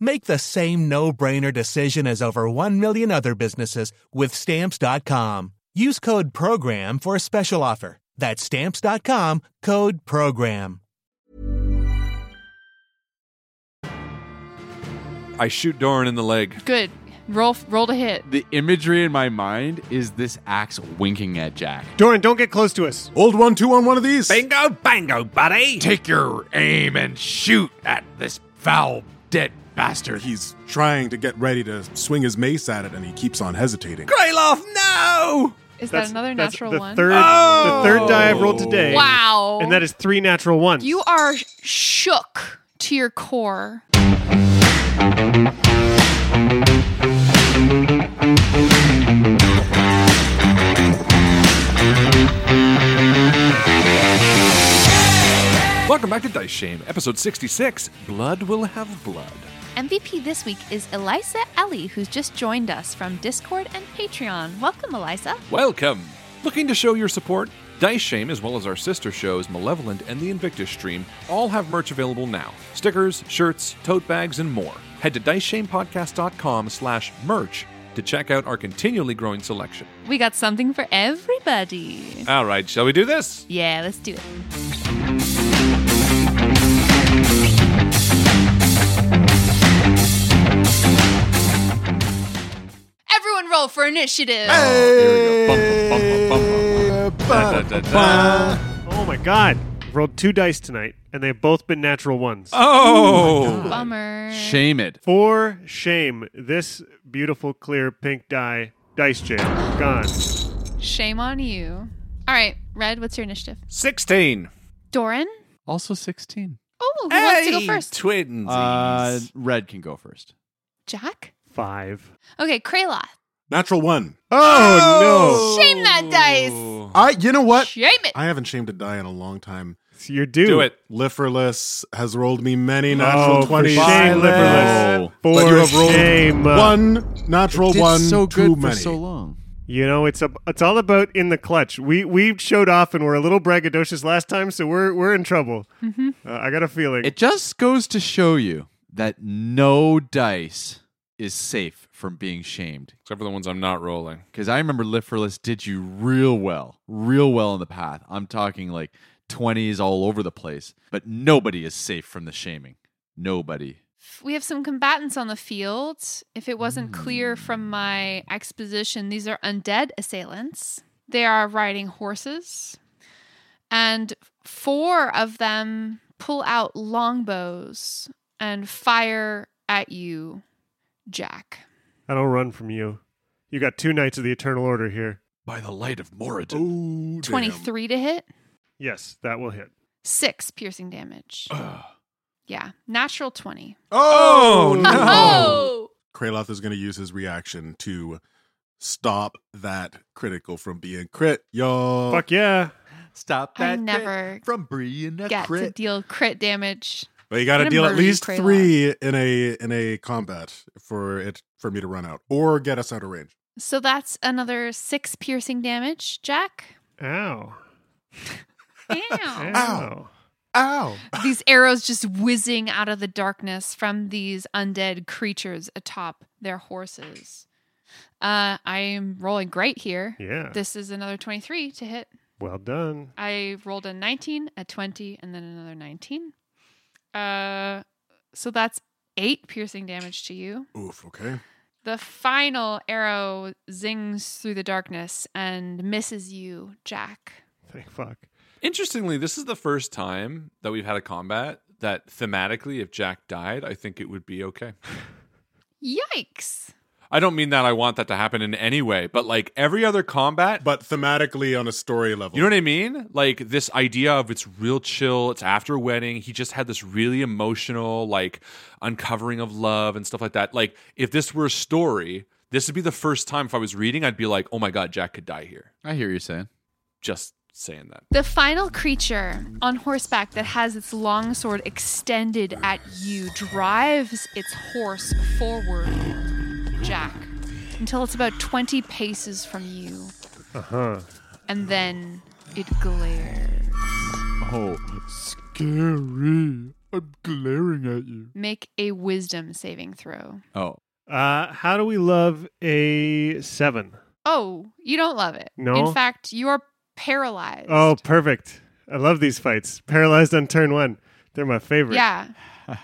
Make the same no-brainer decision as over 1 million other businesses with stamps.com. Use code program for a special offer. That's stamps.com, code program. I shoot Doran in the leg. Good. Roll roll to hit. The imagery in my mind is this axe winking at Jack. Doran, don't get close to us. Old one, two on one of these. Bingo, bango, buddy. Take your aim and shoot at this foul, dead bastard. He's trying to get ready to swing his mace at it, and he keeps on hesitating. Greyloff, no! Is that another natural the one? Third, Oh! The third die I've rolled today. Wow. And that is three natural ones. You are shook to your core. Welcome back to Dice Shame, episode 66, Blood Will Have Blood. MVP this week is Elisa Ellie, who's just joined us from Discord and Patreon. Welcome, Elisa. Welcome! Looking to show your support? Dice Shame, as well as our sister shows Malevolent and the Invictus Stream, all have merch available now. Stickers, shirts, tote bags, and more. Head to diceshamepodcast.com slash merch to check out our continually growing selection. We got something for everybody. All right, shall we do this? Yeah, let's do it. Everyone roll for initiative. Oh, Here we go. Bum, bum, bum, bum, bum. Da, da, da, da. oh my god. Rolled two dice tonight, and they've both been natural ones. Oh! Bummer. Shame it. For shame, this beautiful clear pink die, dice jam, gone. Shame on you. All right, Red, what's your initiative? 16. Doran? Also 16. Oh, who wants to go first? Twinsies. Uh, Red can go first. Jack? Five. Okay, Kraloth. Natural one. Oh, Shame that dice. I. You know what? Shame it. I haven't shamed a die in a long time. no! So you're due. Do it. Liferless has rolled me many Oh, natural for twenties. shame, Liferless. For But you have rolled shame. one natural Did one so too good many. for so long. You know, it's a, it's all about in the clutch. We we showed off and we're a little braggadocious last time, so we're we're in trouble. Mm-hmm. Uh, I got a feeling. It just goes to show you that no dice is safe from being shamed. Except for the ones I'm not rolling. Because I remember Liferless did you real well, real well in the path. I'm talking like 20s all over the place, but nobody is safe from the shaming. Nobody. We have some combatants on the field. If it wasn't clear from my exposition, these are undead assailants. They are riding horses, and four of them pull out longbows and fire at you, Jack. I don't run from you. You got two knights of the eternal order here. Oh, By the light of Moradin. Oh, damn. 23 to hit. Yes, that will hit. Six piercing damage. yeah. Natural 20. Oh, no. Oh! Kraloth is going to use his reaction to stop that critical from being crit, Oh. y'all. Fuck yeah. Stop I that crit never from Brian that Get to crit. deal crit damage. But you got to Gonna deal at murder you, least Kraloth. three in a in a combat for it for me to run out or get us out of range. So that's another six piercing damage, Jack. Ow. Ow. Ow. Ow! these arrows just whizzing out of the darkness from these undead creatures atop their horses. Uh, I am rolling great here. Yeah. This is another 23 to hit. Well done. I rolled a 19, a 20, and then another 19. Uh, so that's eight piercing damage to you. Oof. Okay. The final arrow zings through the darkness and misses you, Jack. Thank fuck. Interestingly, this is the first time that we've had a combat that thematically, if Jack died, I think it would be okay. Yikes! I don't mean that I want that to happen in any way, but like every other combat, But thematically on a story level. You know what I mean? Like this idea of it's real chill, it's after a wedding. He just had this really emotional, like uncovering of love and stuff like that. Like if this were a story, this would be the first time if I was reading, I'd be like, oh my God, Jack could die here. I hear you saying. Just saying that. The final creature on horseback that has its long sword extended at you drives its horse forward, Jack, until it's about 20 paces from you. Uh Uh-huh. huh. And then it glares. Oh, scary. I'm glaring at you. Make a wisdom saving throw. Oh, Uh, how do we love a seven? Oh, you don't love it. No. In fact, you are paralyzed. Oh, perfect. I love these fights. Paralyzed on turn one. They're my favorite. Yeah.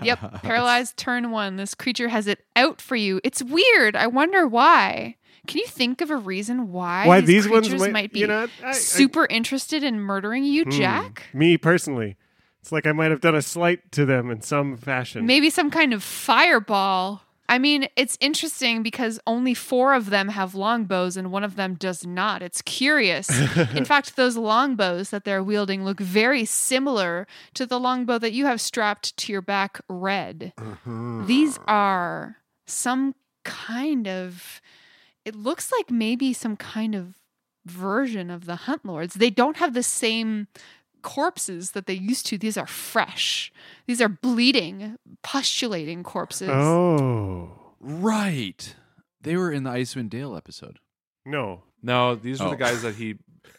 Yep. Paralyzed turn one. This creature has it out for you. It's weird. I wonder why. Can you think of a reason why, Why these, these ones creatures might- might be you know, I- I- super interested in murdering you, Hmm. Jack? Me personally. It's like I might have done a slight to them in some fashion. Maybe some kind of fireball. I mean, it's interesting because only four of them have longbows and one of them does not. It's curious. In fact, those longbows that they're wielding look very similar to the longbow that you have strapped to your back, Red. These are some kind of. It looks like maybe some kind of version of the Hunt Lords. They don't have the same corpses that they used to. These are fresh. These are bleeding, postulating corpses. Oh. right. They were in the Icewind Dale episode. No. No, these were Oh. the guys that he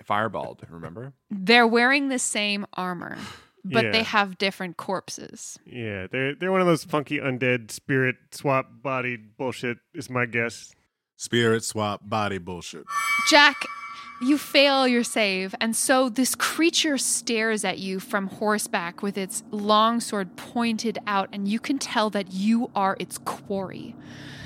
fireballed, remember? They're wearing the same armor, but Yeah. they have different corpses. Yeah, they're they're one of those funky undead spirit swap bodied bullshit. Is my guess. Spirit swap body bullshit. Jack, you fail your save, and so this creature stares at you from horseback with its long sword pointed out, and you can tell that you are its quarry.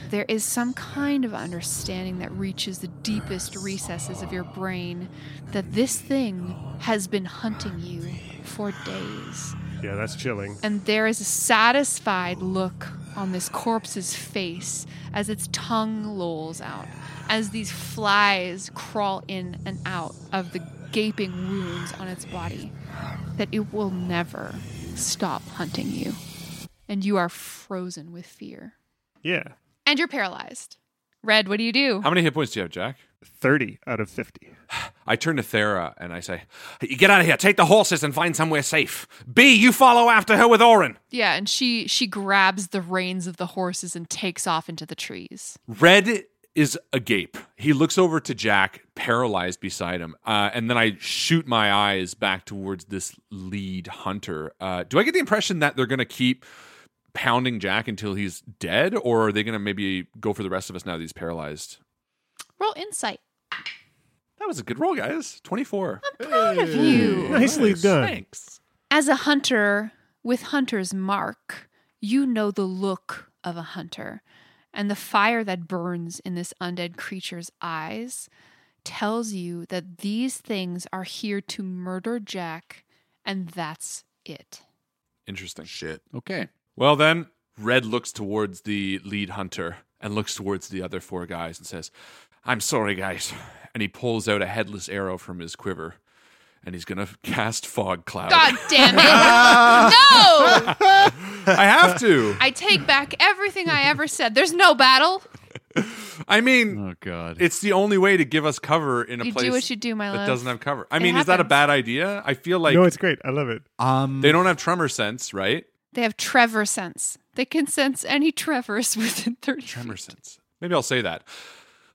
There is some kind of understanding that reaches the deepest recesses of your brain that this thing has been hunting you for days. Yeah, that's chilling. and there is a satisfied look on this corpse's face as its tongue lolls out, as these flies crawl in and out of the gaping wounds on its body, that it will never stop hunting you. And you are frozen with fear. Yeah, And you're paralyzed. Red, what do you do? How many hit points do you have, Jack? thirty out of fifty. I turn to Thera and I say, "You Get out of here, take the horses and find somewhere safe. B, you follow after her with Orin. Yeah, and she she grabs the reins of the horses and takes off into the trees. Red is agape. He looks over to Jack, paralyzed beside him. Uh, and then I shoot my eyes back towards this lead hunter. Uh, do I get the impression that they're going to keep pounding Jack until he's dead? Or are they going to maybe go for the rest of us now that he's paralyzed? Roll insight. That was a good roll, guys. 24. Proud of you. Nicely done. Thanks. As a hunter with hunter's mark, you know the look of a hunter, and the fire that burns in this undead creature's eyes tells you that these things are here to murder Jack, and that's it. Interesting. Shit. Okay. Well, then, Red looks towards the lead hunter and looks towards the other four guys and says, I'm sorry, guys. And he pulls out a headless arrow from his quiver and he's going to cast fog cloud. God damn it. no! I have to. I take back everything I ever said. There's no battle. I mean, Oh God. it's the only way to give us cover in a You do place what you do, my that love. doesn't have cover. I It mean, is that a happens. bad idea? I feel like no, it's great. I love it. um. they don't have tremor sense, right? They have Trevor sense. They can sense any Trevors within 30 feet. Tremor sense. Maybe I'll say that.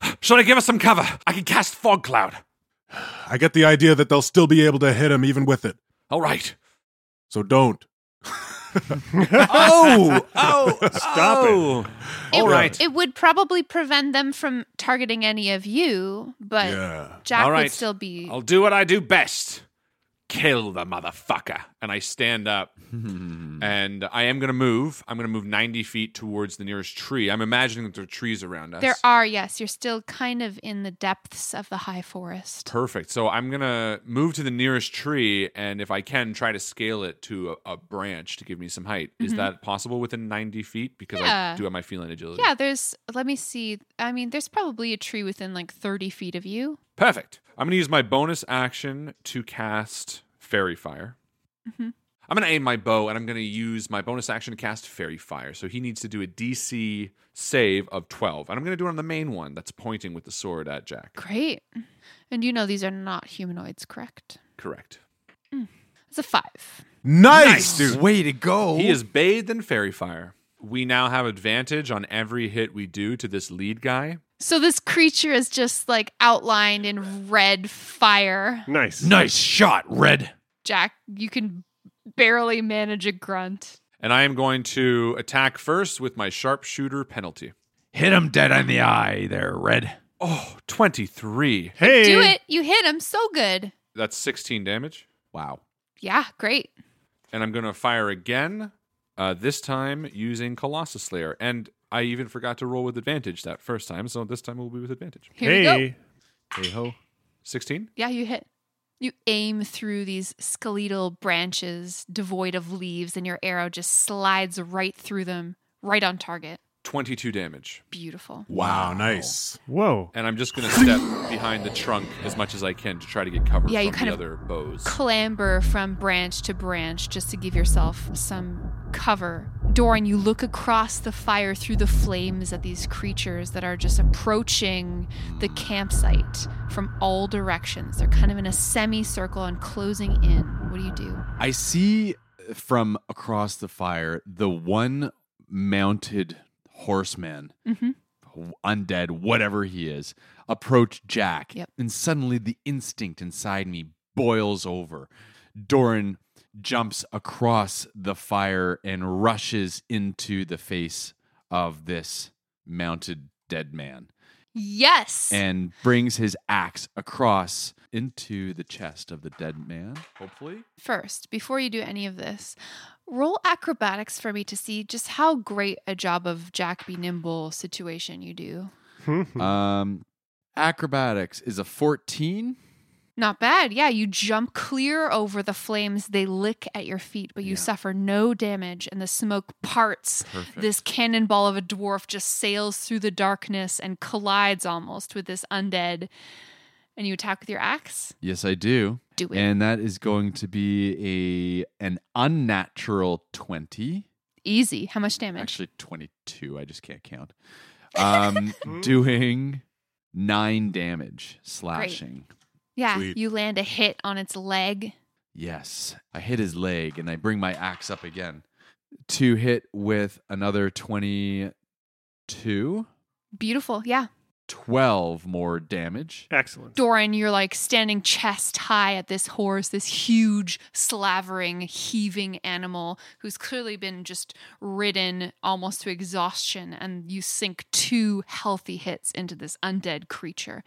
Should I give us some cover? I can cast fog cloud. I get the idea that they'll still be able to hit him even with it. All right. So don't. Oh, oh, Stop it. oh. It All would- right. It would probably prevent them from targeting any of you, but Yeah. Jack All would right. still be. I'll do what I do best. Kill the motherfucker. And I stand up Hmm. and I am going to move. I'm going to move 90 feet towards the nearest tree. I'm imagining that there are trees around us. There are, yes. You're still kind of in the depths of the high forest. Perfect. So I'm going to move to the nearest tree and if I can, try to scale it to a, a branch to give me some height. Is that possible within 90 feet? Because I Mm-hmm. Yeah. do have my feline agility. Yeah, there's. Let me see. I mean, there's probably a tree within like 30 feet of you. Perfect. I'm going to use my bonus action to cast Fairy Fire. I'm going to aim my bow and I'm going to use my bonus action to cast Fairy Fire. So he needs to do a DC save of 12. And I'm going to do it on the main one that's pointing with the sword at Jack. Great. And you know these are not humanoids, correct? Correct. It's a five. Nice, dude. Way to oh. go. He is bathed in Fairy Fire. We now have advantage on every hit we do to this lead guy. So this creature is just like outlined in red fire. Nice. nice shot, Red. Jack, you can barely manage a grunt. And I am going to attack first with my sharpshooter penalty. Hit him dead in the eye, there, Red. Oh, 23. Hey, Do it. You hit him so good. That's 16 damage. Wow. Yeah, great. and I'm going to fire again. Uh, this time using Colossus Slayer, and I even forgot to roll with advantage that first time, so this time it will be with advantage. Here hey. we go. Hey ho. Sixteen. Yeah, you hit. You aim through these skeletal branches devoid of leaves, and your arrow just slides right through them, right on target. 22 damage. Beautiful. Wow, nice. Whoa. And I'm just going to step behind the trunk as much as I can to try to get cover Yeah, from you kind the of- other bows. Clamber from branch to branch just to give yourself some cover. Doran, you look across the fire through the flames at these creatures that are just approaching the campsite from all directions. They're kind of in a semicircle and closing in. What do you do? I see from across the fire the one mounted horseman, undead, whatever he is, approach Jack. Yep. And suddenly the instinct inside me boils over. Doran jumps across the fire and rushes into the face of this mounted dead man Yes. and brings his axe across into the chest of the dead man. Hopefully, First, before you do any of this, roll acrobatics for me to see just how great a job of Jack be nimble situation you do. Um, acrobatics is a 14. Not bad. Yeah, you jump clear over the flames. They lick at your feet, but you suffer no damage, and the smoke parts. This cannonball of a dwarf just sails through the darkness and collides almost with this undead. And you attack with your axe. Yes, I do. Do it. And that is going to be a an unnatural 20. Easy. How much damage? Actually 22. I just can't count. Um, doing 9 damage slashing. yeah, Sweet. you land a hit on its leg. Yes. I hit his leg and I bring my axe up again to hit with another 22. Beautiful. Yeah. 12 more damage. Excellent. Doran, you're like standing chest high at this horse, this huge, slavering, heaving animal who's clearly been just ridden almost to exhaustion, and you sink two healthy hits into this undead creature.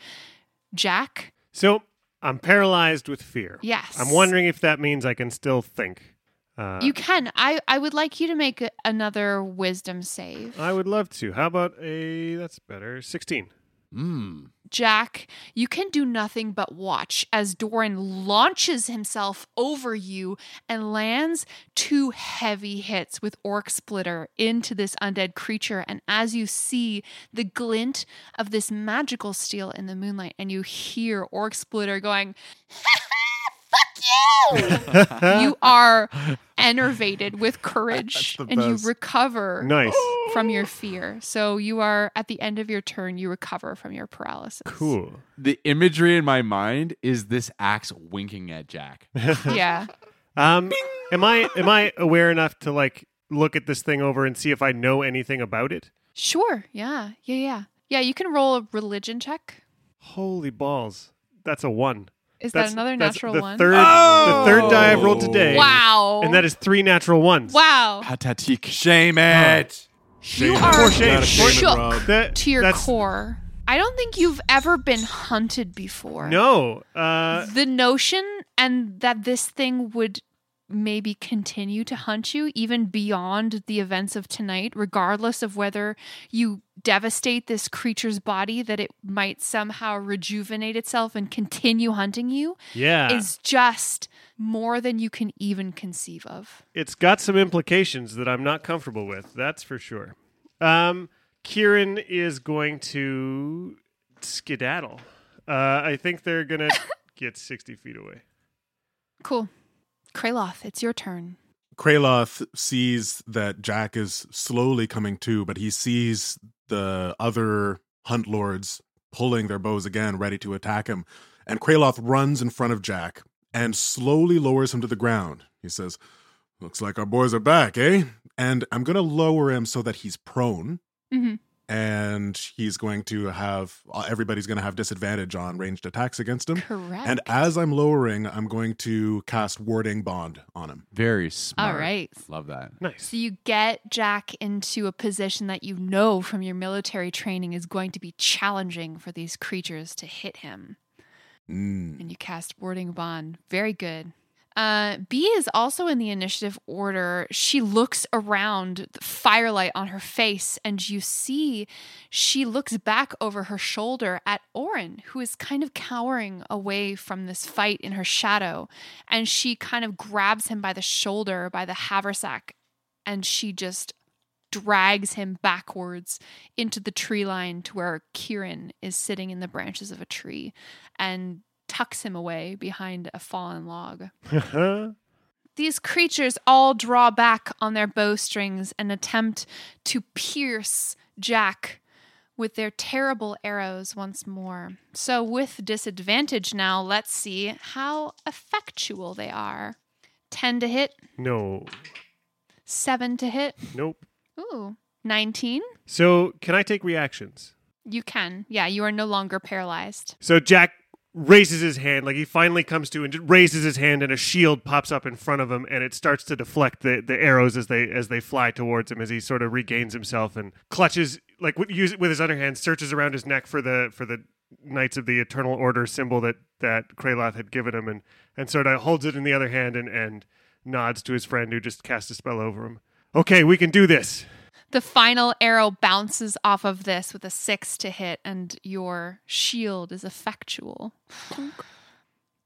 Jack, So I'm paralyzed with fear. Yes. I'm wondering if that means I can still think. Uh, you can. I, I would like you to make a- another wisdom save. I would love to. How about a? That's better. Sixteen. Mm. Jack, you can do nothing but watch as Doran launches himself over you and lands two heavy hits with Orc Splitter into this undead creature. And as you see the glint of this magical steel in the moonlight, and you hear Orc Splitter going, Fuck you are enervated with courage That's the and best. you recover Nice. from your fear. So you are at the end of your turn, you recover from your paralysis. Cool. The imagery in my mind is this axe winking at Jack. Yeah. Um, am I am I aware enough to like look at this thing over and see if I know anything about it? Sure. Yeah. Yeah. Yeah. Yeah. You can roll a religion check. Holy balls! That's a one. Is that's, that another that's natural the one? Third, The third die I've rolled today. Wow. And that is three natural ones. wow. Patatik. Shame it. You For are shame. Shame it, shook Rob. That- to your that's- core. I don't think you've ever been hunted before. No. Uh, the notion and that this thing would maybe continue to hunt you even beyond the events of tonight regardless of whether you devastate this creature's body that it might somehow rejuvenate itself and continue hunting you yeah. is just more than you can even conceive of it's got some implications that I'm not comfortable with. That's for sure. Um, Kieran is going to skedaddle. Uh, I think they're gonna get sixty feet away. cool kraloth it's your turn Kraloth sees that Jack is slowly coming to, but he sees the other hunt lords pulling their bows again, ready to attack him. And Kraloth runs in front of Jack and slowly lowers him to the ground. He says, Looks like our boys are back, eh? And I'm going to lower him so that he's prone Mhm. and he's going to have everybody's going to have disadvantage on ranged attacks against him. correct And as I'm lowering, I'm going to cast Warding Bond on him. Very smart. all right Love that. Nice. So you get Jack into a position that you know from your military training is going to be challenging for these creatures to hit him. Mm. And you cast Warding Bond. Very good. Uh, B is also in the initiative order. She looks around, the firelight on her face, and you see she looks back over her shoulder at Orin, who is kind of cowering away from this fight in her shadow. And she kind of grabs him by the shoulder, by the haversack, and she just drags him backwards into the tree line to where Kieran is sitting in the branches of a tree and tucks him away behind a fallen log. These creatures all draw back on their bowstrings and attempt to pierce Jack with their terrible arrows once more. So, with disadvantage now, let's see how effectual they are. 10 to hit, no. 7 to hit. Nope. Ooh, 19. So can I take reactions? You can. Yeah, you are no longer paralyzed. So Jack raises his hand, like he finally comes to and just raises his hand, and a shield pops up in front of him, and it starts to deflect the, the arrows as they as they fly towards him. As he sort of regains himself and clutches, like with, use, with his other hand, searches around his neck for the for the Knights of the Eternal Order symbol that that Kraloth had given him, and and sort of holds it in the other hand and and nods to his friend who just cast a spell over him. Okay, we can do this. The final arrow bounces off of this with a six to hit, and your shield is effectual.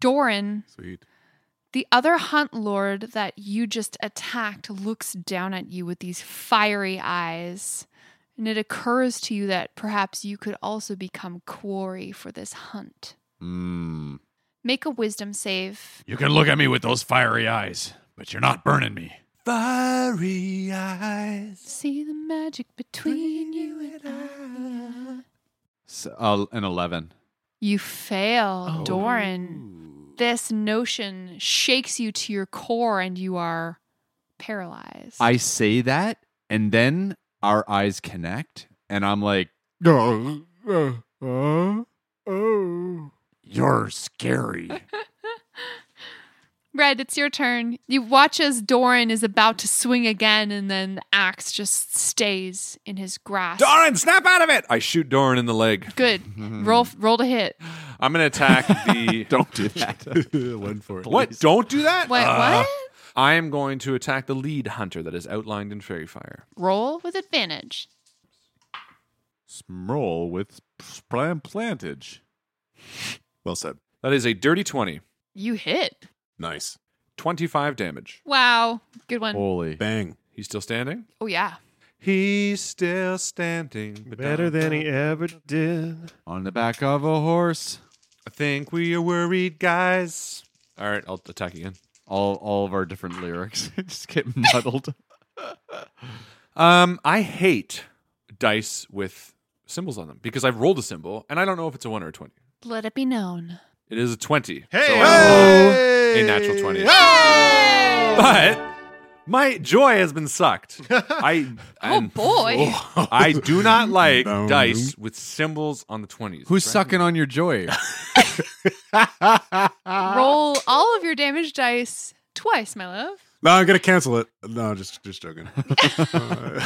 Doran, Sweet. the other hunt lord that you just attacked, looks down at you with these fiery eyes, and it occurs to you that perhaps you could also become quarry for this hunt. Mm. Make a wisdom save. You can look at me with those fiery eyes, but you're not burning me. Furry eyes. See the magic between you and I. S- uh, an 11. You fail, Oh. Doran. This notion shakes you to your core and you are paralyzed. I say that, and then our eyes connect, and I'm like, No. Uh, uh, oh. You're scary. Red, it's your turn. You watch as Doran is about to swing again and then the axe just stays in his grasp. Doran, snap out of it! I shoot Doran in the leg. Good. Roll roll to hit. I'm going to attack the. don't do that. One for it. What? Don't do that? Wait, Uh, what? I am going to attack the lead hunter that is outlined in Fairy Fire. Roll with advantage. Smroll with plant plantage. Well said. That is a dirty 20. You hit. Nice. 25 damage. Wow. Good one. Oh, Holy. Bang. He's still standing? yeah. He's still standing. but Better don't- than he ever did. On the back of a horse. I think we are worried, guys. All right, I'll attack again. All all of our different lyrics just get muddled. Um, I hate dice with symbols on them because I've rolled a symbol and I don't know if it's a one or a twenty. Let it be known. It is a twenty. Hey! so I roll a natural twenty. But my joy has been sucked. I Oh I'm- boy. I do not like No. dice with symbols on the twenties. Who's sucking on your joy? Roll all of your damage dice twice, my love. No, I'm gonna cancel it. No, just just joking.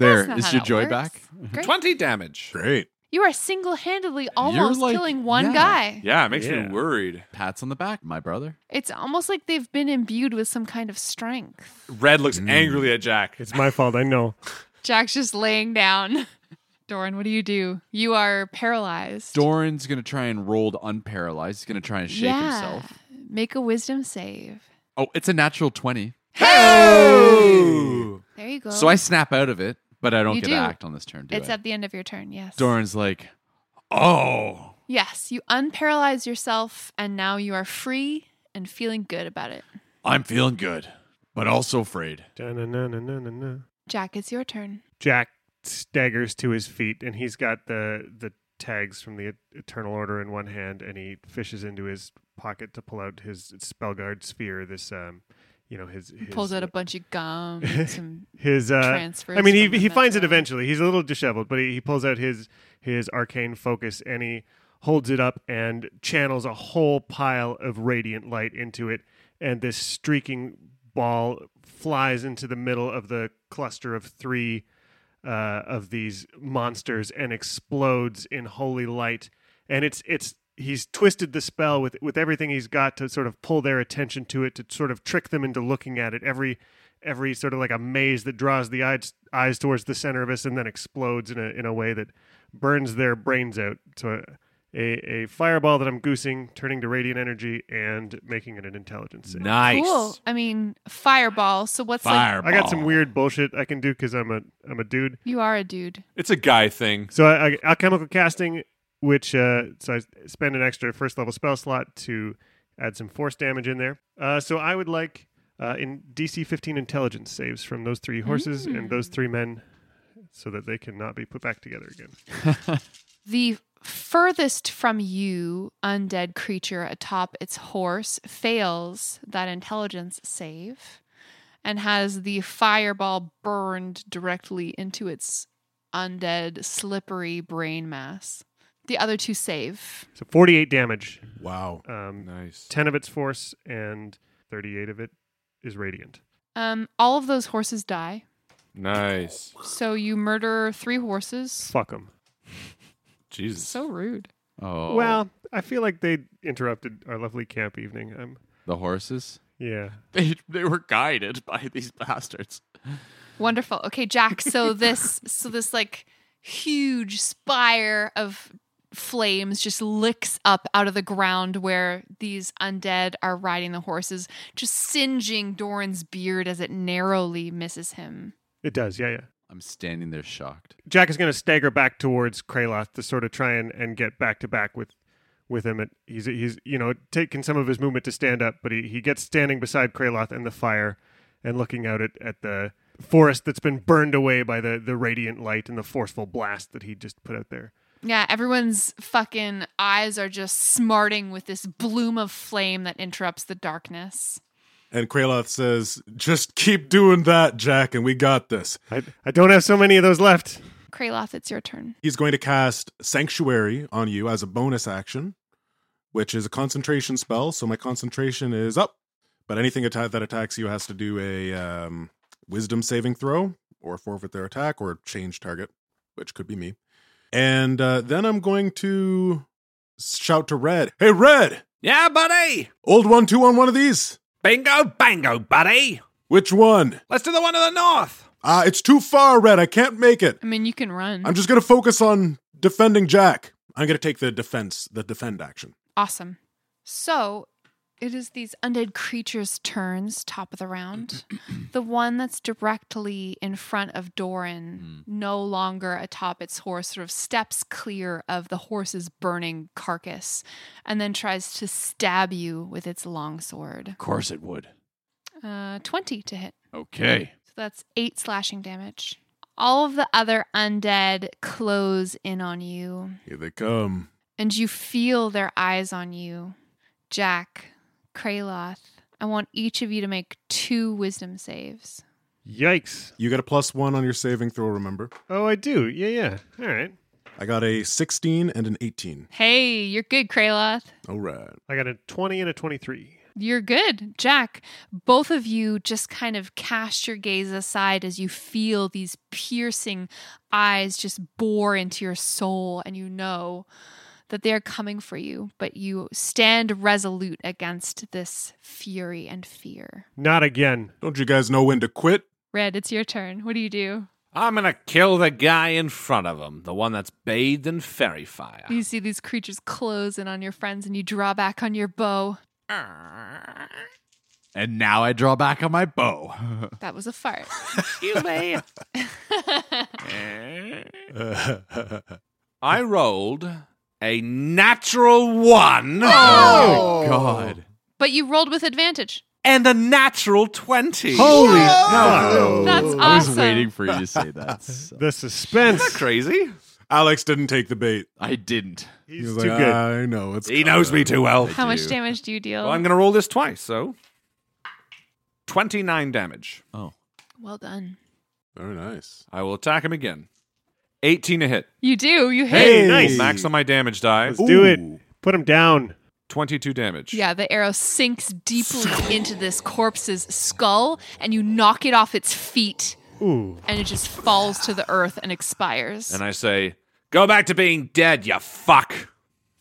Uh, There, That's not is how your that joy works. back? Mm-hmm. Great. twenty damage? great. You are single handedly almost like- killing one yeah. guy. Yeah, it makes Yeah. me worried. Pats on the back, my brother. It's almost like they've been imbued with some kind of strength. Red looks Mm. angrily at Jack. It's my fault. I know. Jack's just laying down. Doran, what do you do? You are paralyzed. Doran's gonna try and roll to unparalyze. He's gonna try and shake himself. Make a wisdom save. Oh, it's a natural twenty. There you go. So I snap out of it, but I don't You get do. to act on this turn. Do It's I? at the end of your turn, yes. Doran's like, oh, Yes, you unparalyze yourself and now you are free and feeling good about it. I'm feeling good, but also afraid. Da-na-na-na-na-na. Jack, it's your turn. Jack staggers to his feet, and he's got the the tags from the E-, Eternal Order in one hand, and he fishes into his pocket to pull out his Spellguard sphere. This, um, you know, his, his Pulls out a bunch of gum and some his uh, transfers I mean, from the he he finds it method. eventually. He's a little disheveled, but he, he pulls out his his arcane focus and he holds it up and channels a whole pile of radiant light into it, and this streaking ball flies into the middle of the cluster of three uh, of these monsters and explodes in holy light. And it's it's he's twisted the spell with with everything he's got to sort of pull their attention to it to sort of trick them into looking at it. Every every sort of like a maze that draws the eyes eyes towards the center of us and then explodes in a in a way that burns their brains out. So. uh, A, a fireball that I'm goosing, turning to radiant energy, and making it an intelligence save. Nice. Cool. I mean, fireball. So what's like I got some weird bullshit I can do because I'm a I'm a dude. you are a dude. It's a guy thing. So I, I, alchemical casting, which uh, so I spend an extra first level spell slot to add some force damage in there. Uh, so I would like uh, in DC 15 intelligence saves from those three horses and those three men, so that they cannot be put back together again. The furthest from you undead creature atop its horse fails that intelligence save and has the fireball burned directly into its undead slippery brain mass. The other two save. So 48 damage, Wow. um, Nice. 10 of its force and 38 of it is radiant. Um, all of those horses die. Nice. So you murder three horses. Fuck them. Jesus. So rude. Oh, Well, I feel like they interrupted our lovely camp evening. Um, the horses. yeah. They they were guided by these bastards. Wonderful. Okay, Jack. So this, so this like huge spire of flames just licks up out of the ground where these undead are riding the horses, just singeing Doran's beard as it narrowly misses him. It does. Yeah, yeah. I'm standing there shocked. Jack is going to stagger back towards Kraloth to sort of try and, and get back to back with with him. At, he's he's you know taking some of his movement to stand up, but he, he gets standing beside Kraloth and the fire and looking out at, at the forest that's been burned away by the, the radiant light and the forceful blast that he just put out there. Yeah, everyone's fucking eyes are just smarting with this bloom of flame that interrupts the darkness. And Kraloth says, "Just keep doing that, Jack, and we got this." I, I don't have so many of those left. Kraloth, it's your turn. He's going to cast Sanctuary on you as a bonus action, which is a concentration spell. So my concentration is up, but anything atta- that attacks you has to do a um, Wisdom saving throw, or forfeit their attack, or change target, which could be me. And uh, then I'm going to shout to Red, "Hey, Red! Yeah, buddy. Old one, two on one of these. Bingo, bango, buddy. Which one? Let's do the one to the north. Ah, it's too far, Red. I can't make it. I mean, you can run. I'm just gonna focus on defending Jack. I'm gonna take the defense, the defend action. Awesome. So It is these undead creatures' turns, top of the round. the one that's directly in front of Doran, no longer atop its horse, sort of steps clear of the horse's burning carcass and then tries to stab you with its longsword. Of course it would. Uh, 20 to hit. Okay. So that's eight slashing damage. All of the other undead close in on you, Here they come. and you feel their eyes on you. Jack, Kraloth, I want each of you to make two wisdom saves. Yikes. You get a plus one on your saving throw, remember? Oh, I do. Yeah, yeah. All right. I got a 16 and an 18. Hey, you're good, Kraloth. All right. I got a 20 and a 23. You're good, Jack. Both of you just kind of cast your gaze aside as you feel these piercing eyes just bore into your soul, and you know that they are coming for you, but you stand resolute against this fury and fear. Not again. Don't you guys know when to quit? Red, it's your turn. What do you do? I'm gonna kill the guy in front of him, the one that's bathed in fairy fire. You see these creatures close in on your friends, and you draw back on your bow. And now I draw back on my bow. That was a fart. I rolled a natural one Oh, God. but you rolled with advantage. and a natural twenty. Holy That's Oh, awesome. I was waiting for you to say that. So- The suspense. Isn't that crazy? Alex didn't take the bait. I didn't. He He's was too like, good. I know. It's He knows me too well. How much do. damage do you deal? Well, I'm gonna roll this twice, so twenty-nine damage. Oh. well done. Very nice. I will attack him again. Eighteen to hit. You do. You hit. Hey, nice. Max on my damage die. Let's do it. Put him down. Twenty-two damage. Yeah, the arrow sinks deeply into this corpse's skull, and you knock it off its feet, Ooh. and it just falls to the earth and expires. And I say, go back to being dead, you fuck.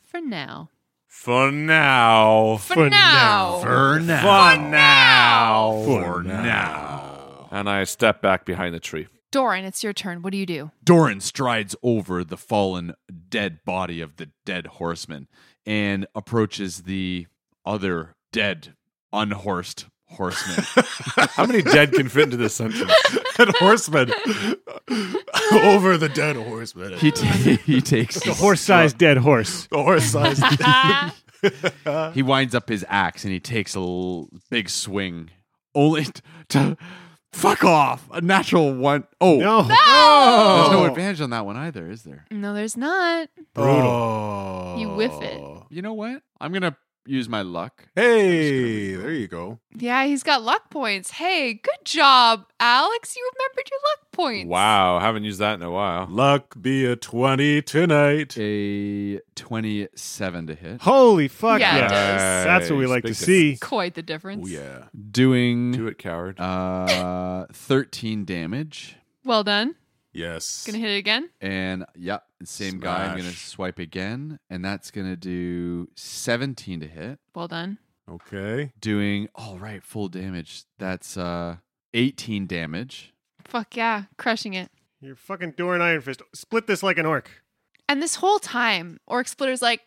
for now. For now. For, For now. For now. For now. For now. And I step back behind the tree. Doran, it's your turn. What do you do? Doran strides over the fallen dead body of the dead horseman and approaches the other dead, unhorsed horseman. How many dead can fit into this sentence? Dead horseman. Over the dead horseman. he, ta- he takes The horse sized dead horse. the horse size. He winds up his axe and he takes a l- big swing. Only t- to fuck off. A natural one. Oh, No. there's no advantage on that one either, is there? No, there's not. Brutal. Oh. You whiff it. You know what? I'm gonna use my luck. Hey, there you go. Yeah, he's got luck points. Hey, good job, Alex. You remembered your luck points. wow, haven't used that in a while. Luck be a 20 tonight. A 27 to hit, Holy fuck Yeah, yeah. it does. That's what we like to see. Quite the difference. Oh, yeah. Do doing it, coward. uh 13 damage. Well done. Yes. Gonna hit it again. And yeah, same guy. I'm gonna Smash. swipe again, and that's gonna do 17 to hit. Well done. Okay. Doing all right, full damage. That's uh 18 damage. Fuck yeah. Crushing it. You're fucking Doran Iron Fist. Split this like an orc. And this whole time, Orc Splitter's like,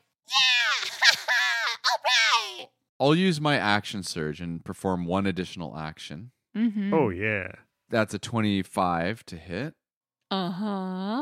I'll use my action surge and perform one additional action. mm-hmm. Oh, yeah. That's a 25 to hit. Uh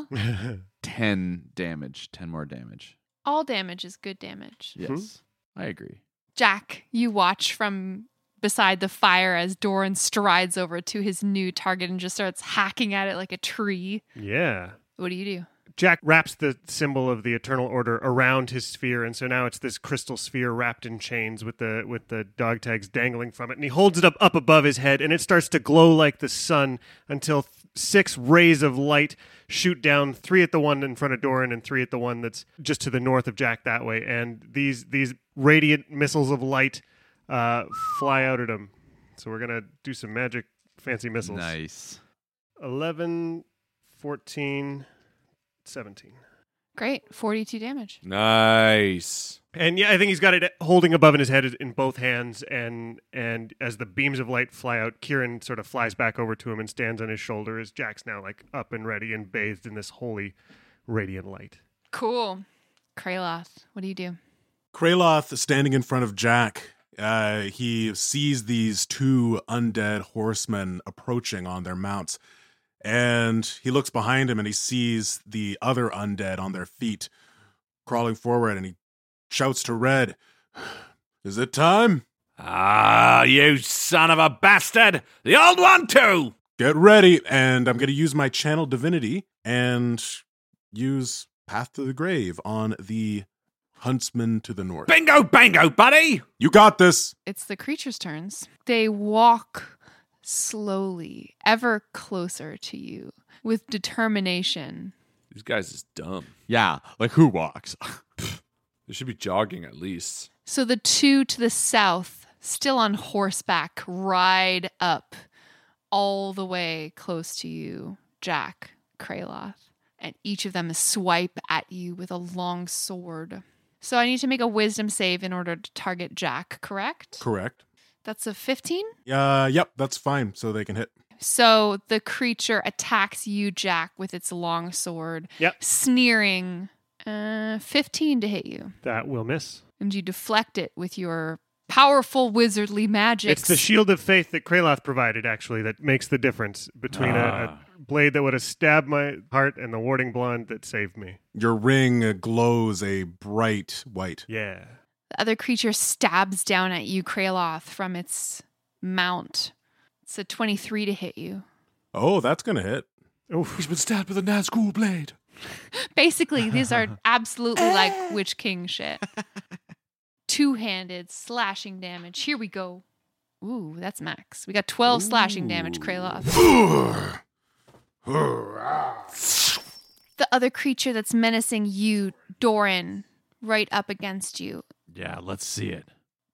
huh. 10 damage, 10 more damage. All damage is good damage. Mm-hmm. Yes. I agree. Jack, you watch from beside the fire as Doran strides over to his new target and just starts hacking at it like a tree. Yeah. What do you do? Jack wraps the symbol of the Eternal Order around his sphere, and so now it's this crystal sphere wrapped in chains with the with the dog tags dangling from it. And he holds it up up above his head, and it starts to glow like the sun until th- six rays of light shoot down, three at the one in front of Doran, and three at the one that's just to the north of Jack that way. And these these radiant missiles of light uh, fly out at him. So we're gonna do some magic, fancy missiles. Nice. 11, 14, 17. Great. 42 damage. Nice. And yeah, I think he's got it holding above in his head in both hands, and and as the beams of light fly out, Kieran sort of flies back over to him and stands on his shoulder as Jack's now like up and ready and bathed in this holy, radiant light. Cool. Kraloth, what do you do? Kraloth standing in front of Jack Uh, he sees these two undead horsemen approaching on their mounts, and he looks behind him and he sees the other undead on their feet crawling forward, and he shouts to Red, "Is it time?" Ah, you son of a bastard! The old one too! Get ready, and I'm going to use my channel divinity and use Path to the Grave on the huntsman to the north. Bingo, bango, buddy! You got this. It's the creature's turns. They walk slowly, ever closer to you with determination. These guys is dumb. Yeah, like who walks? They should be jogging at least. So the two to the south, still on horseback, ride up all the way close to you, Jack, Kraloth. And each of them swipe at you with a long sword. So I need to make a wisdom save in order to target Jack, correct? Correct. That's a 15. Uh, yep, that's fine. So they can hit. So the creature attacks you, Jack, with its long sword, Yep. sneering. Uh, 15 to hit you. That will miss. And you deflect it with your powerful wizardly magic. It's the shield of faith that Kraloth provided, actually, that makes the difference between a, a blade that would have stabbed my heart and the warding blonde that saved me. Your ring uh, glows a bright white. Yeah. The other creature stabs down at you, Kraloth, from its mount. It's a 23 to hit you. Oh, that's going to hit. Oof. He's been stabbed with a Nazgul blade. Basically, these are absolutely like Witch King shit. Two handed slashing damage. Here we go. Ooh, that's max. We got 12 slashing damage, Kraloth. The other creature that's menacing you, Doran, right up against you, yeah, let's see it.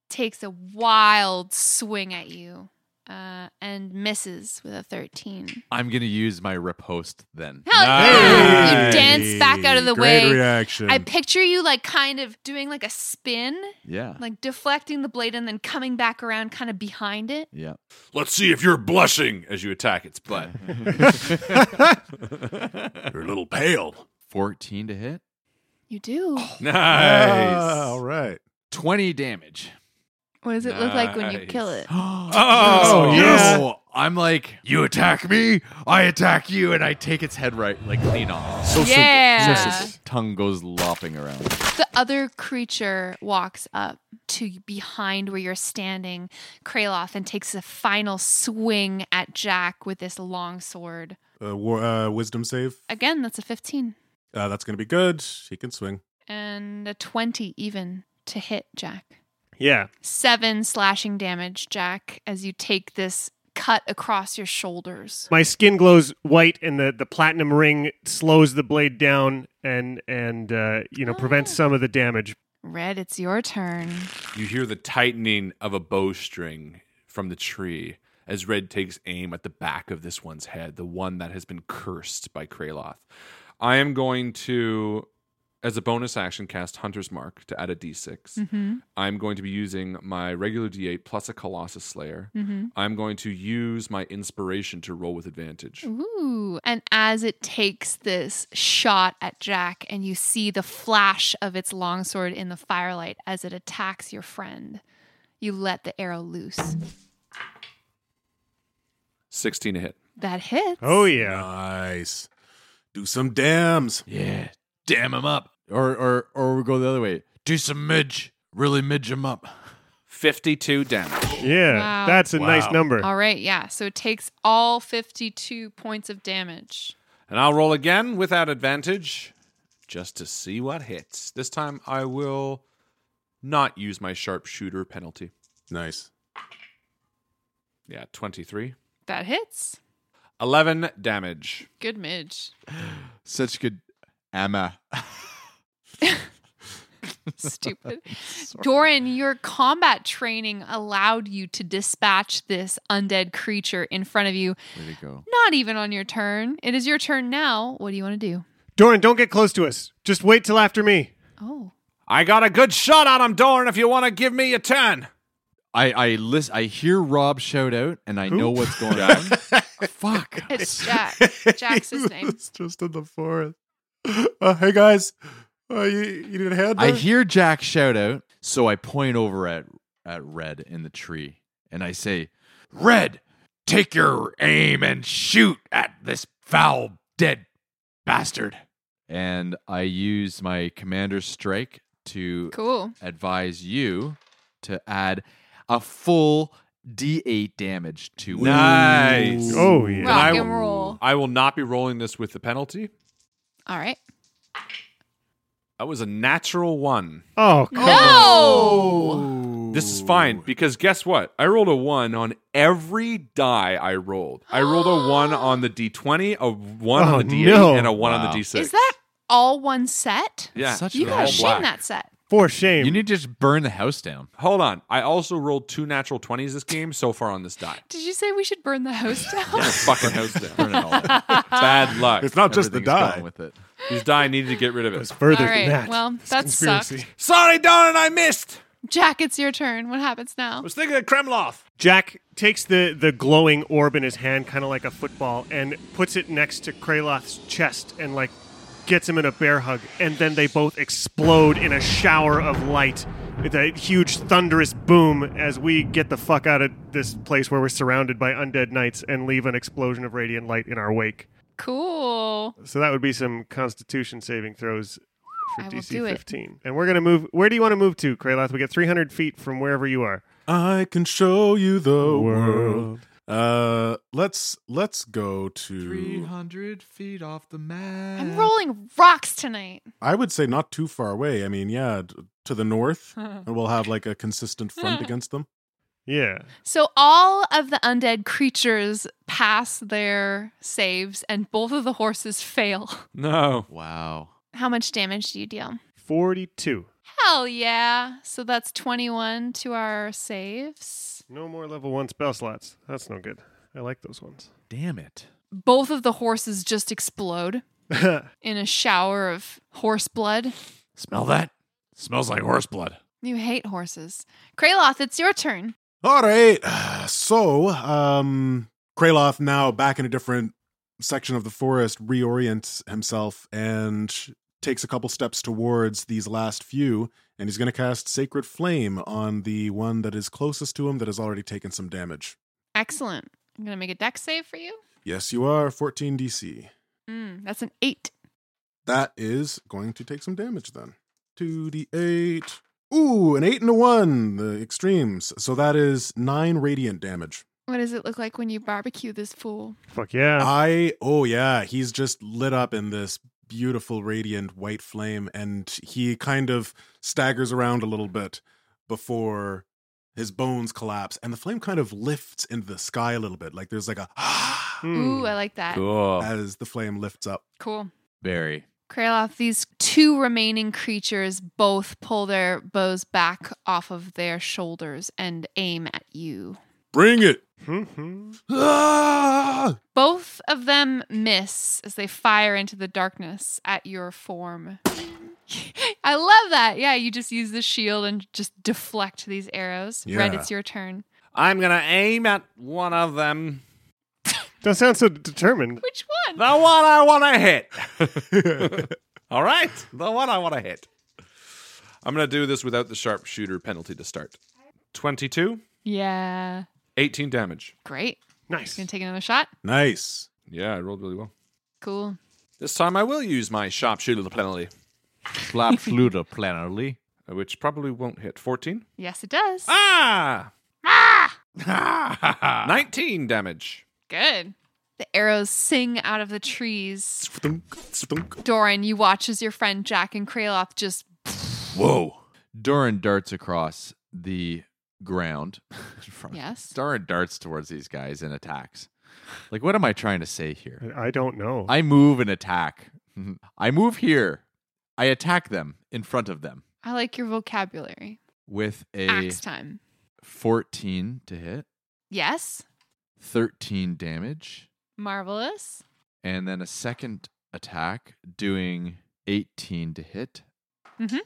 takes a wild swing at you uh, and misses with a 13. I'm gonna use my riposte then. Hell yeah! You dance back out of the Great way. reaction. I picture you like kind of doing like a spin, Yeah, like deflecting the blade and then coming back around kind of behind it. yeah. Let's see if you're blushing as you attack its butt. you're a little pale. Fourteen to hit. You do. Nice. Ah, all right. Twenty damage. What does it look like when you kill it? Oh, yes. no. I'm like, you attack me, I attack you, and I take its head right, like clean off. So yeah. tongue goes lopping around. The other creature walks up to behind where you're standing, Kraloth, and takes a final swing at Jack with this long sword. Uh, war, uh, wisdom save. Again, that's a 15 Uh, that's going to be good. He can swing. and a 20 even to hit Jack. Yeah. Seven slashing damage, Jack, as you take this cut across your shoulders. My skin glows white, and the, the platinum ring slows the blade down and and uh, you know prevents some of the damage. Red, it's your turn. You hear the tightening of a bowstring from the tree as Red takes aim at the back of this one's head, the one that has been cursed by Kraloth. I am going to, as a bonus action, cast Hunter's Mark to add a d6. I'm going to be using my regular d8 plus a Colossus Slayer. I'm going to use my inspiration to roll with advantage. Ooh. And as it takes this shot at Jack, and you see the flash of its longsword in the firelight as it attacks your friend, you let the arrow loose. 16 to hit. That hits. Oh yeah. Nice. Do some dams. Yeah, damn him up. Or or or we go the other way. Do some midge, really midge him up. 52 damage. Yeah. Wow. That's a nice Wow. number. All right. Yeah. So it takes all 52 points of damage. And I'll roll again without advantage just to see what hits. This time I will not use my sharpshooter penalty. Nice. Yeah, 23. That hits. 11 damage. Good midge. Such good Emma. Stupid. Doran, your combat training allowed you to dispatch this undead creature in front of you. Way to go. Not even on your turn. It is your turn now. What do you want to do? Doran, don't get close to us. Just wait till after me. Oh. I got a good shot on him, Doran, if you want to give me a 10. I I list. I hear Rob shout out, and I know what's going on. Fuck. It's Jack. Jack's his name. it's just in the forest. Uh, hey guys, uh, you, you need a hand? I there? hear Jack shout out, so I point over at at Red in the tree, and I say, Red, take your aim and shoot at this foul dead bastard. And I use my commander's strike to Cool. advise you to add a full D8 damage to it. Nice. Oh, yeah. Rock I- and roll. I will not be rolling this with the penalty. All right. That was a natural one. Oh, come No. This is fine because guess what? I rolled a one on every die I rolled. I rolled a one on the d20, a one Oh, on the d8, no. and a one on Wow. the d6. Is that all one set? yeah? Such You an gotta all shame black. that set. for shame. You need to just burn the house down. Hold on. I also rolled two natural 20s this game so far on this die. Did you say we should burn the house down? Fucking house down. Burn it all. down. Bad luck. It's not just the Everything's gone die. with it. These die needed to get rid of It's it. further all than right. that. Well, that sucked. Sorry, Don, I missed. Jack, it's your turn. What happens now? I was thinking of Kremloff. Jack takes the, the glowing orb in his hand, kind of like a football, and puts it next to Kraloth's chest and, like, gets him in a bear hug. And then they both explode in a shower of light with a huge, thunderous boom as we get the fuck out of this place where we're surrounded by undead knights and leave an explosion of radiant light in our wake. Cool. So that would be some constitution saving throws for I will DC do it. 15. And we're going to move. Where do you want to move to, Kraloth? We get 300 feet from wherever you are. I can show you the world. Uh, let's let's go to. 300 feet off the map. I'm rolling rocks tonight. I would say not too far away. I mean, yeah, d- to the north, and we'll have like a consistent front against them. Yeah. So all of the undead creatures pass their saves and both of the horses fail. No. Wow. How much damage do you deal? 42. Hell yeah. So that's 21 to our saves. No more level one spell slots. That's no good. I like those ones. Damn it. Both of the horses just explode in a shower of horse blood. Smell that? Smells like horse blood. You hate horses. Kraloth, it's your turn. All right. So, um, Kraloth now back in a different section of the forest reorients himself and takes a couple steps towards these last few, and he's going to cast Sacred Flame on the one that is closest to him that has already taken some damage. Excellent. I'm going to make a deck save for you. Yes, you are 14 DC. Mm, that's an eight. That is going to take some damage then. 2d8. Ooh, an 8 and a 1, the extremes. So that is 9 radiant damage. What does it look like when you barbecue this fool? Fuck yeah. I oh yeah, he's just lit up in this beautiful radiant white flame and he kind of staggers around a little bit before his bones collapse and the flame kind of lifts into the sky a little bit like there's like a Hmm. Ooh, uh, I like that. Cool. as the flame lifts up. Cool. Very. Kraloth, these two remaining creatures both pull their bows back off of their shoulders and aim at you. Bring it. Mm-hmm. Ah! Both of them miss as they fire into the darkness at your form. I love that. Yeah, you just use the shield and just deflect these arrows. Red, Yeah. it's your turn. I'm gonna aim at one of them. Don't sound so determined. Which one? The one I want to hit. All right, the one I want to hit. I'm going to do this without the sharpshooter penalty to start. 22, Yeah. 18 damage. Great. Nice. Gonna take another shot? Nice. Yeah, I rolled really well. Cool. This time I will use my sharpshooter penalty, Flap fluta planarly. which probably won't hit. 14? Yes, it does. Ah! Ah! 19 damage. Good. The arrows sing out of the trees. Sthunk, sthunk. Doran, you watch as your friend Jack and Kraloth just Whoa. Durin darts across the ground. in front of- Yes. Durin darts towards these guys and attacks. Like, what am I trying to say here? I don't know. I move and attack. I move here. I attack them in front of them I like your vocabulary. with a Axe time. 14 to hit, Yes. 13 damage, Marvelous. and then a second attack doing 18 to hit Mhm.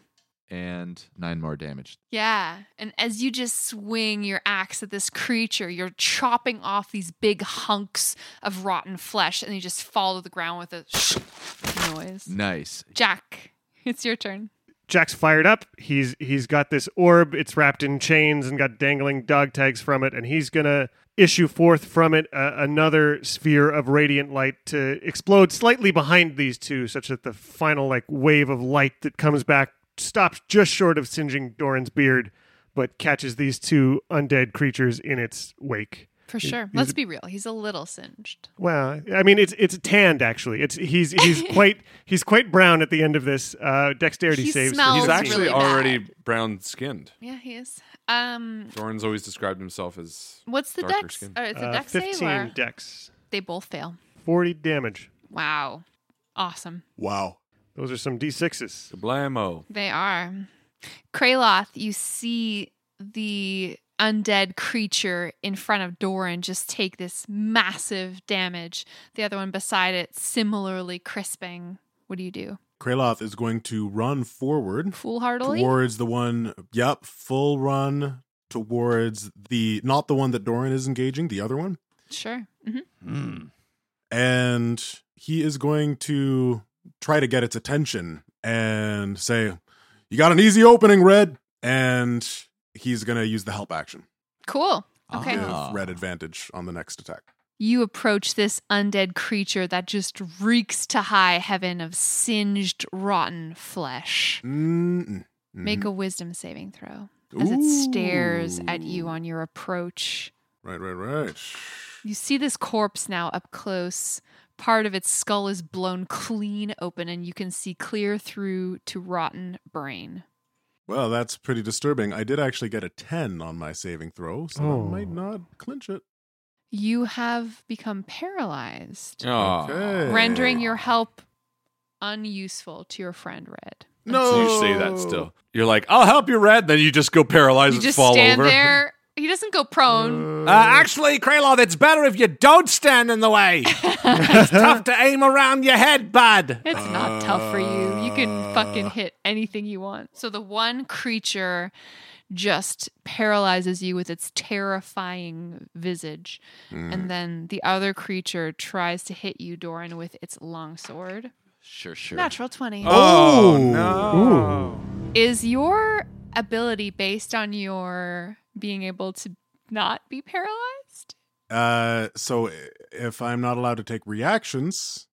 and 9 more damage. Yeah. And as you just swing your axe at this creature, you're chopping off these big hunks of rotten flesh and you just fall to the ground with a noise. Nice. Jack, it's your turn. Jack's fired up. He's he's got this orb. It's wrapped in chains and got dangling dog tags from it, and he's gonna issue forth from it uh, another sphere of radiant light to explode slightly behind these two, such that the final like wave of light that comes back stops just short of singeing Doran's beard, but catches these two undead creatures in its wake. For He- sure. he's Let's be real. He's a little singed. well, I mean, it's it's tanned actually. It's he's he's quite he's quite brown at the end of this. Uh, dexterity He saves. smells He's Oh, It's actually really already brown skinned. Yeah, he is. Um, Doran's always described himself as what's the darker dex? skin. Or it's a Uh, dex save Fifteen or dex, they both fail. forty damage. Wow. Awesome. Wow. Those are some d sixes. Blamo. They are. Kraloth, you see the undead creature in front of Doran just take this massive damage. The other one beside it, similarly crisping. What do you do? Kraloth is going to run forward Foolhardily? towards the one. Yep, full run towards the not the one that Doran is engaging, the other one. sure. hmm and he is going to try to get its attention and say, "You got an easy opening, Red." And he's going to use the help action. Cool. to Okay. Ah. Give Red advantage on the next attack. You approach this undead creature that just reeks to high heaven of singed, rotten flesh. Mm-mm. Make a wisdom saving throw as it stares at you on your approach. Right, right, right. You see this corpse now up close. Part of its skull is blown clean open, and you can see clear through to rotten brain. Well, that's pretty disturbing. I did actually get a 10 on my saving throw, so Oh. I might not clinch it. You have become paralyzed, Oh. Okay. rendering your help unuseful to your friend Red. No. You say that still. You're like, I'll help you, Red. Then you just go paralyzed you and just fall stand over. there. He doesn't go prone. Uh, actually, Kraloth, it's better if you don't stand in the way. it's tough to aim around your head, bud. It's not tough for you. You can Uh. fucking hit anything you want. So the one creature just paralyzes you with its terrifying visage. Mm. And then the other creature tries to hit you, Doran, with its longsword. Sure, sure. Natural 20. Oh, no. Oh. Is your ability based on your being able to not be paralyzed? Uh, so if I'm not allowed to take reactions,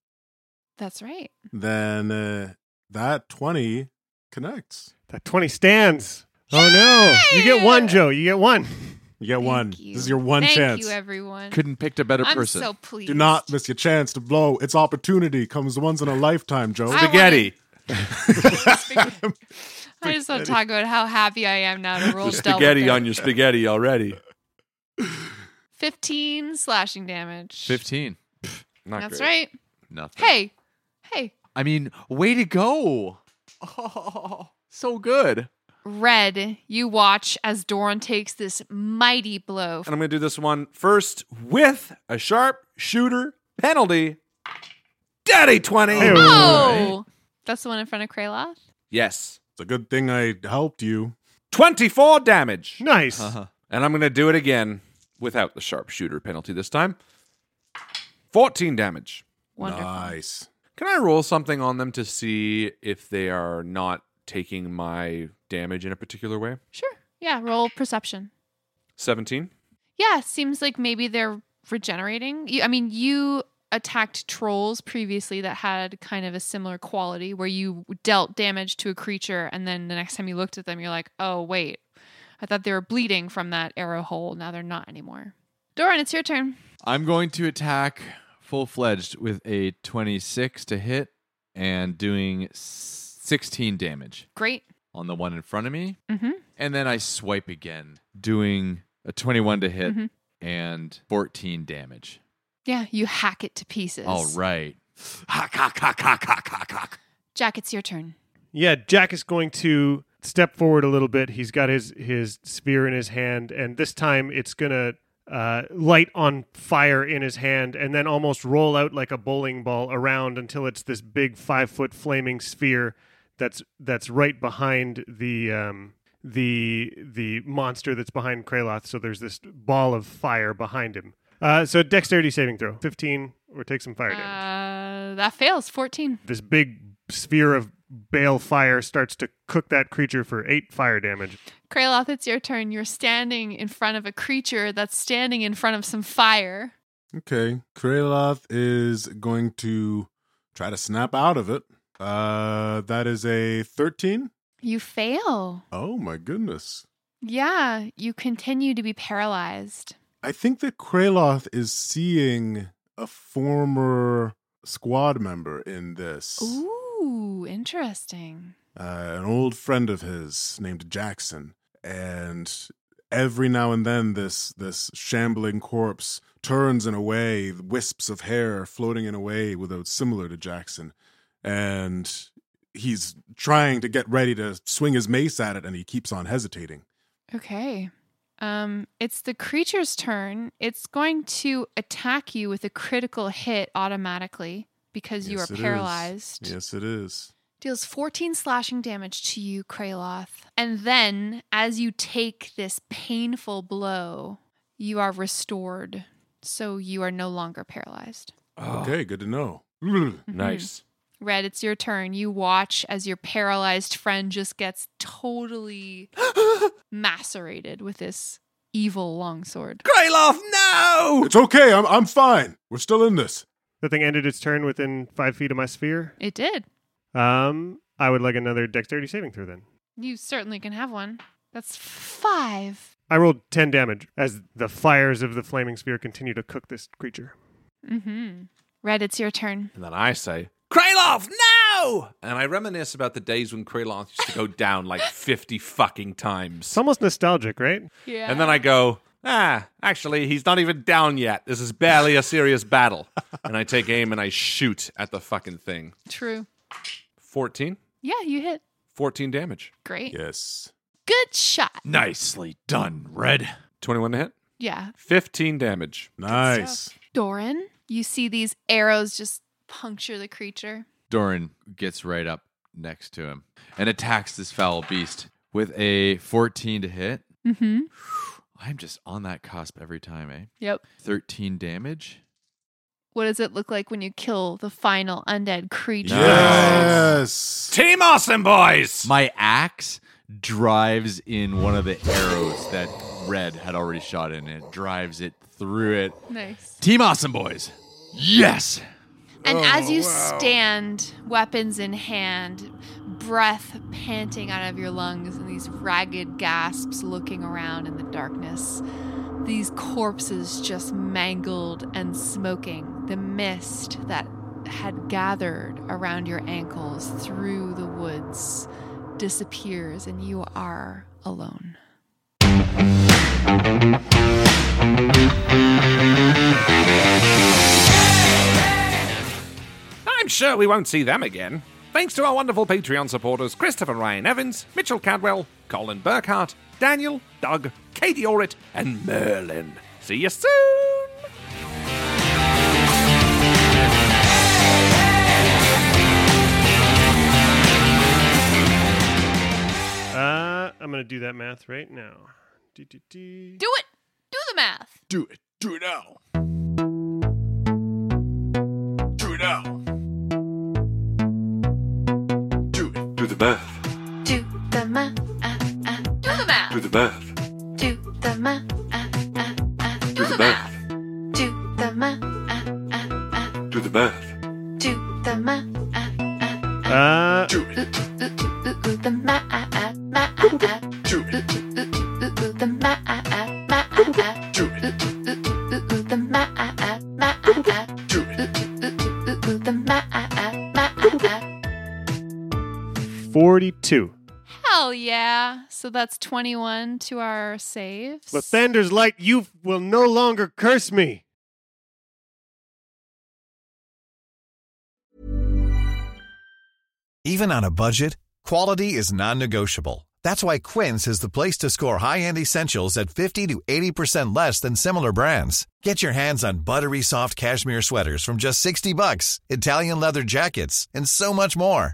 That's right. then uh, that 20 connects. That twenty stands. Oh no! You get one, Joe. You get one. You get Thank one. you. This is your one Thank chance. you, everyone. Couldn't picked a better I'm person. so pleased. Do not miss your chance to blow. It's opportunity comes once in a lifetime, Joe. I Spaghetti. I just want to talk about how happy I am now to roll There's stealth. spaghetti on your spaghetti already. 15 slashing damage. 15. Not That's great. right. Nothing. Hey, hey, I mean, way to go. Oh, so good. Red, you watch as Doran takes this mighty blow. And I'm going to do this one first with a sharp shooter penalty. Daddy 20. Oh! That's the one in front of Kraloth? Yes. It's a good thing I helped you. 24 damage. Nice. And I'm going to do it again without the sharpshooter penalty this time. 14 damage. Wonderful. Nice. Can I roll something on them to see if they are not taking my damage in a particular way? Sure. Yeah, roll perception. 17. Yeah, seems like maybe they're regenerating. You, I mean, you attacked trolls previously that had kind of a similar quality where you dealt damage to a creature, and then the next time you looked at them, you're like, oh, wait, I thought they were bleeding from that arrow hole. Now they're not anymore. Doran, it's your turn. I'm going to attack full fledged with a 26 to hit and doing 16 damage Great. on the one in front of me. Mm-hmm. And then I swipe again, doing a 21 to hit Mhm. and 14 damage. Yeah, you hack it to pieces. All right. Hock, hock, hock, hock, hock, hock, hock. Jack, it's your turn. Yeah, Jack is going to step forward a little bit. He's got his his spear in his hand, and this time it's gonna uh, light on fire in his hand, and then almost roll out like a bowling ball around until it's this big five foot flaming sphere that's that's right behind the um, the the monster that's behind Kraloth. So there's this ball of fire behind him. Uh, so dexterity saving throw, fifteen, or take some fire damage Uh, that Uh, fails. 14. this big sphere of bale fire starts to cook that creature for eight fire damage. Kraloth, it's your turn. You're standing in front of a creature that's standing in front of some fire. Okay. Kraloth is going to try to snap out of it. Uh that is a 13. You fail. Oh my goodness. Yeah, you continue to be paralyzed. I think that Kraloth is seeing a former squad member in this. Ooh, interesting. uh, an old friend of his named Jackson, and every now and then this this shambling corpse turns in a way, wisps of hair floating in a way without similar to Jackson, and he's trying to get ready to swing his mace at it, and he keeps on hesitating. Okay. Um, it's the creature's turn. It's going to attack you with a critical hit automatically because you Yes, it are is. paralyzed. Yes, it is. Deals 14 slashing damage to you, Kraloth. And then, as you take this painful blow, you are restored. So you are no longer paralyzed. Okay, good to know. Nice. Red, it's your turn. You watch as your paralyzed friend just gets totally macerated with this evil longsword. Kraloth, no! It's okay. I'm I'm fine. We're still in this. The thing ended its turn within five feet of my sphere. It did. Um, I would like another dexterity saving throw then. You certainly can have one. That's five. I rolled 10 damage as the fires of the flaming spear continue to cook this creature. Mm-hmm. Red, it's your turn. And then I say, Kraloth, no! And I reminisce about the days when Kraloth used to go down like 50 fucking times. It's almost nostalgic, right? Yeah. And then I go, ah, actually, he's not even down yet. This is barely a serious battle. and I take aim and I shoot at the fucking thing. True. 14? Yeah, you hit. 14 damage. Great. Yes. Good shot. Nicely done, Red. 21 to hit. Yeah. 15 damage. Nice. Doran, you see these arrows just puncture the creature. Doran gets right up next to him and attacks this foul beast with a 14 to hit. Mm-hmm. I'm just on that cusp every time, eh? Yep. 13 damage. What does it look like when you kill the final undead creature? Yes. Team awesome, boys! My axe drives in one of the arrows that Red had already shot in. It drives it through it. Nice. Team Awesome Boys. Yes. And as you stand, weapons in hand, breath panting out of your lungs, and these ragged gasps looking around in the darkness, these corpses just mangled and smoking, the mist that had gathered around your ankles through the woods disappears, and you are alone. I'm sure we won't see them again. Thanks to our wonderful Patreon supporters Christopher Ryan Evans, Mitchell Cadwell, Colin Burkhart, Daniel, Doug, Katie Orrit, and Merlin. See you soon! Uh, I'm going to do that math right now. Dee-dee-dee. Do it! Do the math! Do it. Do it now. Do it now. Do it. Do the math. Do the math. Uh, uh, do the math! Do the math. Do the math. Uh, uh, uh, do the the math. math. Do the math. Uh, uh, uh, Do the math. do the math. Uh, uh, uh, Uh, Do it. ooh, ooh, ooh, ooh, the math. Math. Ooh, Do it. ooh, ooh, ooh, the math. Math. Ooh, Do it. ooh, ooh, ooh, the math. Math. Ooh, Do it. ooh, ooh, ooh, the math. Math. 42. Hell yeah. So that's 21 to our saves. With Thunder's Light, you will no longer curse me. Even on a budget, quality is non-negotiable. That's why Quince is the place to score high-end essentials at 50 to 80% less than similar brands. Get your hands on buttery soft cashmere sweaters from just 60 bucks, Italian leather jackets, and so much more.